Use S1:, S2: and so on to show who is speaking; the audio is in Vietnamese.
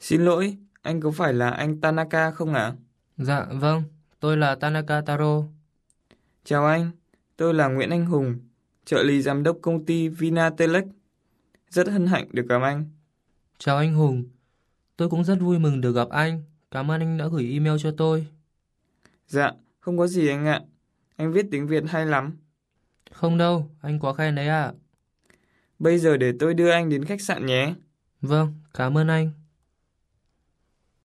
S1: Xin lỗi, anh có phải là anh Tanaka không ạ?
S2: Dạ vâng, tôi là Tanaka Taro.
S1: Chào anh, tôi là Nguyễn Anh Hùng, trợ lý giám đốc công ty Vinatelec. Rất hân hạnh được gặp anh.
S2: Chào anh Hùng. Tôi cũng rất vui mừng được gặp anh. Cảm ơn anh đã gửi email cho tôi.
S1: Dạ, không có gì anh ạ. Anh viết tiếng Việt hay lắm.
S2: Không đâu, anh quá khen đấy ạ.
S1: Bây giờ để tôi đưa anh đến khách sạn nhé.
S2: Vâng, cảm ơn anh.